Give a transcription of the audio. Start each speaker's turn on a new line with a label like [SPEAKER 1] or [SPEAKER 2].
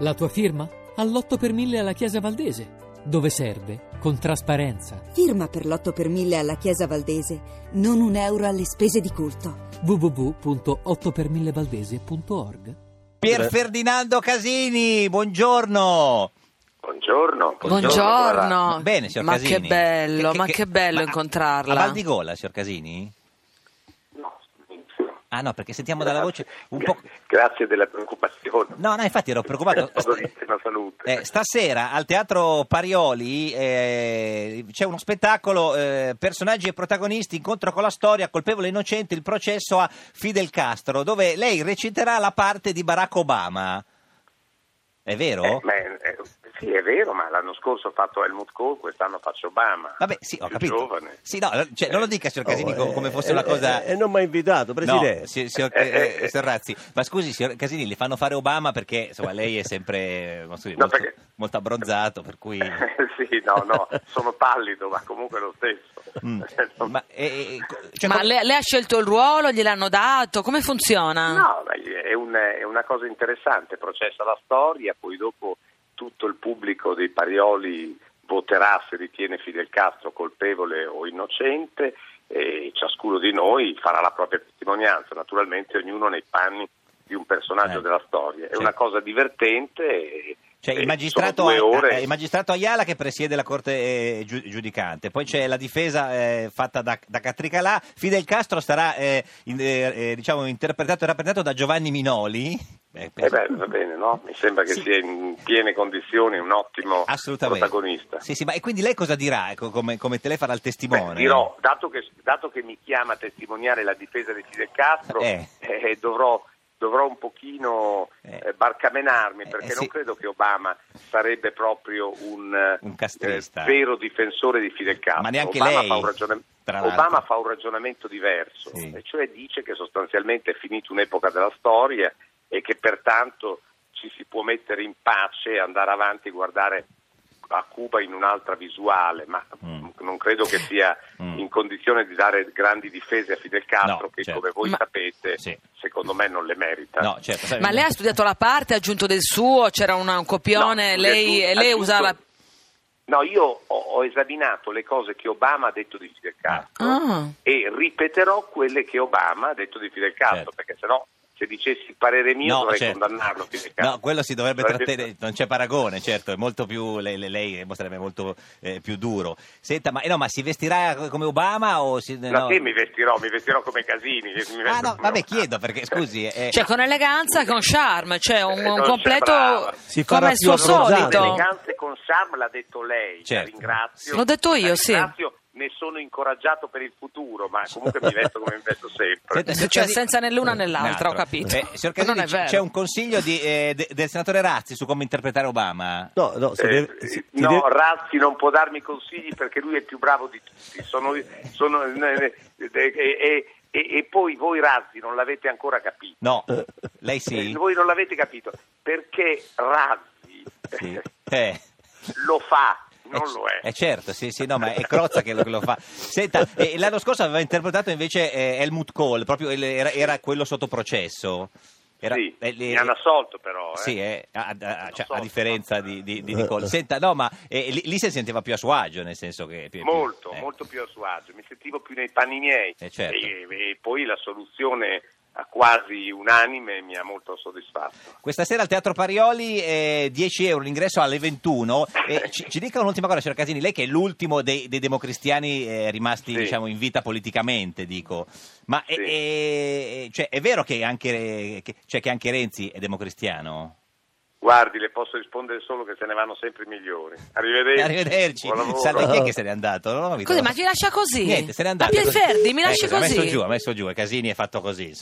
[SPEAKER 1] La tua firma? All'8 per 1000 alla Chiesa Valdese, dove serve con trasparenza.
[SPEAKER 2] Firma per l'8 per 1000 alla Chiesa Valdese, non un euro alle spese di culto.
[SPEAKER 1] www.8per1000valdese.org
[SPEAKER 3] Pier Ferdinando Casini, buongiorno.
[SPEAKER 4] Buongiorno.
[SPEAKER 5] Buongiorno.
[SPEAKER 3] Bene, signor
[SPEAKER 5] ma
[SPEAKER 3] Casini.
[SPEAKER 5] Che bello, ma che bello
[SPEAKER 3] ma a-
[SPEAKER 5] incontrarla.
[SPEAKER 3] A Val di Gola, signor Casini?
[SPEAKER 4] No, silenzio.
[SPEAKER 3] Ah no, perché sentiamo dalla voce
[SPEAKER 4] Grazie.
[SPEAKER 3] un po'...
[SPEAKER 4] Grazie della preoccupazione.
[SPEAKER 3] No, no, infatti ero preoccupato.
[SPEAKER 4] Dolissima salute.
[SPEAKER 3] Eh, stasera al Teatro Parioli eh, c'è uno spettacolo, eh, personaggi e protagonisti, incontro con la storia, colpevole e innocente, il processo a Fidel Castro, dove lei reciterà la parte di Barack Obama. È vero?
[SPEAKER 4] Eh, ma è- eh, sì, è vero, ma l'anno scorso ho fatto Helmut Kohl, quest'anno faccio Obama.
[SPEAKER 3] Vabbè, sì, ho
[SPEAKER 4] Più
[SPEAKER 3] capito.
[SPEAKER 4] giovane. Eh,
[SPEAKER 3] Sì, no, cioè, non lo dica, signor Casini,
[SPEAKER 6] Oh,
[SPEAKER 3] co- come
[SPEAKER 6] eh,
[SPEAKER 3] fosse
[SPEAKER 6] eh,
[SPEAKER 3] una cosa...
[SPEAKER 6] eh, E non mi ha invitato, Presidente.
[SPEAKER 3] No, si- signor,
[SPEAKER 4] Eh, eh,
[SPEAKER 3] eh, signor Razzi, ma scusi, signor Casini, le fanno fare Obama perché insomma, lei è sempre eh, non so,
[SPEAKER 4] No,
[SPEAKER 3] molto,
[SPEAKER 4] perché-
[SPEAKER 3] molto abbronzato, per cui... mm.
[SPEAKER 4] sì, no, no, sono pallido, ma comunque lo stesso.
[SPEAKER 3] Mm.
[SPEAKER 4] Non-
[SPEAKER 3] Ma, eh, eh, cioè,
[SPEAKER 5] ma
[SPEAKER 3] com-
[SPEAKER 5] lei, lei ha scelto il ruolo, gliel'hanno dato, come funziona?
[SPEAKER 4] No, ma è, un- è una cosa interessante, processa la storia, poi dopo tutto il pubblico dei Parioli voterà se ritiene Fidel Castro colpevole o innocente e ciascuno di noi farà la propria testimonianza, naturalmente ognuno nei panni di un personaggio
[SPEAKER 3] Eh.
[SPEAKER 4] della storia. È
[SPEAKER 3] Sì.
[SPEAKER 4] una cosa divertente. e-
[SPEAKER 3] cioè,
[SPEAKER 4] e
[SPEAKER 3] il, magistrato,
[SPEAKER 4] Eh, sono due ore.
[SPEAKER 3] eh, il magistrato Ayala che presiede la corte eh, giu- giudicante, poi c'è la difesa eh, fatta da, da Catricalà, Fidel Castro sarà eh, in- eh, eh, diciamo, interpretato e rappresentato da Giovanni Minoli. Eh,
[SPEAKER 4] Eh
[SPEAKER 3] penso-
[SPEAKER 4] beh, va bene, no? Mi sembra che
[SPEAKER 3] Sì.
[SPEAKER 4] sia in piene condizioni, un ottimo
[SPEAKER 3] Assolutamente.
[SPEAKER 4] protagonista.
[SPEAKER 3] Sì, sì, ma e quindi lei cosa dirà ecco, come, come te lei farà il testimone?
[SPEAKER 4] Beh, dirò, dato che, dato che mi chiama a testimoniare la difesa di Fidel Castro,
[SPEAKER 3] Eh.
[SPEAKER 4] eh, dovrò, dovrò un pochino
[SPEAKER 3] Eh.
[SPEAKER 4] eh, barcamenarmi,
[SPEAKER 3] Eh,
[SPEAKER 4] perché
[SPEAKER 3] sì.
[SPEAKER 4] non credo che Obama sarebbe proprio un, eh,
[SPEAKER 3] Un castrista.
[SPEAKER 4] eh, vero difensore di Fidel Castro.
[SPEAKER 3] Ma neanche
[SPEAKER 4] Obama
[SPEAKER 3] lei,
[SPEAKER 4] Fa un ragione-
[SPEAKER 3] tra l'altro.
[SPEAKER 4] Obama fa un ragionamento diverso,
[SPEAKER 3] Sì.
[SPEAKER 4] e cioè dice che sostanzialmente è finita un'epoca della storia e che pertanto ci si può mettere in pace e andare avanti e guardare a Cuba in un'altra visuale, ma
[SPEAKER 3] Mm.
[SPEAKER 4] non credo che sia
[SPEAKER 3] Mm.
[SPEAKER 4] in condizione di dare grandi difese a Fidel Castro,
[SPEAKER 3] No,
[SPEAKER 4] che
[SPEAKER 3] certo.
[SPEAKER 4] come voi
[SPEAKER 5] Ma-
[SPEAKER 4] sapete,
[SPEAKER 3] Sì.
[SPEAKER 4] secondo me non le merita.
[SPEAKER 3] No, certo, sai-
[SPEAKER 5] Ma lei ha studiato la parte, ha aggiunto del suo, c'era una- un copione,
[SPEAKER 4] No,
[SPEAKER 5] lei,
[SPEAKER 4] aggiungo-
[SPEAKER 5] e lei
[SPEAKER 4] aggiungo-
[SPEAKER 5] usava...
[SPEAKER 4] No, io ho, ho esaminato le cose che Obama ha detto di Fidel Castro
[SPEAKER 5] Ah.
[SPEAKER 4] e ripeterò quelle che Obama ha detto di Fidel Castro,
[SPEAKER 3] Certo.
[SPEAKER 4] perché sennò se dicessi parere mio dovrei condannarlo. Fidel Castro.
[SPEAKER 3] No, quello si dovrebbe
[SPEAKER 4] Dovrebbe-
[SPEAKER 3] trattenere, non c'è paragone, certo, è molto più, lei, lei- lei sarebbe molto eh, più duro. Senta, ma, eh, no, ma si vestirà come Obama o si... eh,
[SPEAKER 4] No, sì, mi vestirò, mi vestirò come Casini. mi vestirò
[SPEAKER 3] Ah no,
[SPEAKER 4] come
[SPEAKER 3] vabbè,
[SPEAKER 4] Obama.
[SPEAKER 3] chiedo perché, scusi... eh,
[SPEAKER 5] Cioè con eleganza, con charme, cioè un,
[SPEAKER 4] Eh,
[SPEAKER 5] un
[SPEAKER 4] non
[SPEAKER 5] completo
[SPEAKER 4] sembrava.
[SPEAKER 6] Si farà
[SPEAKER 5] come il
[SPEAKER 6] più
[SPEAKER 5] suo
[SPEAKER 6] abbronzante.
[SPEAKER 5] solito.
[SPEAKER 4] Elegante con Sam l'ha detto lei,
[SPEAKER 3] Certo.
[SPEAKER 4] la ringrazio.
[SPEAKER 5] L'ho detto io,
[SPEAKER 4] La
[SPEAKER 5] sì.
[SPEAKER 4] ringrazio, ne sono incoraggiato per il futuro, ma comunque mi vesto come mi vesto sempre.
[SPEAKER 3] Senta, signor
[SPEAKER 5] Cioè,
[SPEAKER 3] Casini-
[SPEAKER 5] senza né l'una né l'altra, ho capito.
[SPEAKER 3] Eh, signor
[SPEAKER 5] Ma non
[SPEAKER 3] Casini,
[SPEAKER 5] è
[SPEAKER 3] c-
[SPEAKER 5] vero.
[SPEAKER 3] c'è un consiglio di, eh, de- del senatore Razzi su come interpretare Obama?
[SPEAKER 6] No, no, si
[SPEAKER 4] Eh,
[SPEAKER 6] deve- si- si
[SPEAKER 4] no,
[SPEAKER 6] deve-
[SPEAKER 4] Razzi non può darmi consigli perché lui è il più bravo di tutti. Sono- sono- eh, eh, eh, eh, eh, e poi voi Razzi non l'avete ancora capito.
[SPEAKER 3] No, lei sì?
[SPEAKER 4] Eh, Voi non l'avete capito perché Razzi
[SPEAKER 3] Sì. Eh.
[SPEAKER 4] lo fa,
[SPEAKER 3] Eh,
[SPEAKER 4] non
[SPEAKER 3] c-
[SPEAKER 4] lo è.
[SPEAKER 3] eh, certo, sì, sì, no, ma è Crozza che lo, che lo fa. Senta, eh, l'anno scorso aveva interpretato invece eh, Helmut Kohl, proprio il- era, era quello sotto processo. Era,
[SPEAKER 4] Sì,
[SPEAKER 3] eh, le-
[SPEAKER 4] mi hanno assolto però. eh.
[SPEAKER 3] Sì, eh, a, a- a- cioè,
[SPEAKER 4] so.
[SPEAKER 3] a differenza di, di, di- di Kohl. Senta, no, ma eh, lì, lì si sentiva più a suo agio, nel senso che... più- più-
[SPEAKER 4] molto,
[SPEAKER 3] eh.
[SPEAKER 4] molto più a suo agio, mi sentivo più nei panni miei
[SPEAKER 3] Eh, certo.
[SPEAKER 4] e, e poi la soluzione a quasi unanime mi ha molto soddisfatto.
[SPEAKER 3] Questa sera al Teatro Parioli eh, 10 euro l'ingresso alle 21. Eh, ci, ci dica un'ultima cosa, signor Casini, lei che è l'ultimo dei, dei democristiani eh, rimasti
[SPEAKER 4] Sì.
[SPEAKER 3] diciamo, in vita politicamente, dico. Ma è,
[SPEAKER 4] Sì.
[SPEAKER 3] è- cioè, è vero che anche, che- cioè, che anche Renzi è democristiano?
[SPEAKER 4] Guardi, le posso rispondere solo che se ne vanno sempre i migliori. Arrivederci.
[SPEAKER 3] Arrivederci.
[SPEAKER 4] Buon lavoro.
[SPEAKER 3] Salve chi è che se n'è andato? No, mi
[SPEAKER 5] Scusi,
[SPEAKER 3] trovo-
[SPEAKER 5] ma ti lascia così?
[SPEAKER 3] Niente, se n'è
[SPEAKER 5] Ma
[SPEAKER 3] andato.
[SPEAKER 5] Pierferdi, mi
[SPEAKER 3] Ecco,
[SPEAKER 5] lasci
[SPEAKER 3] Ha messo
[SPEAKER 5] così?
[SPEAKER 3] giù, ha messo giù, Casini è fatto così.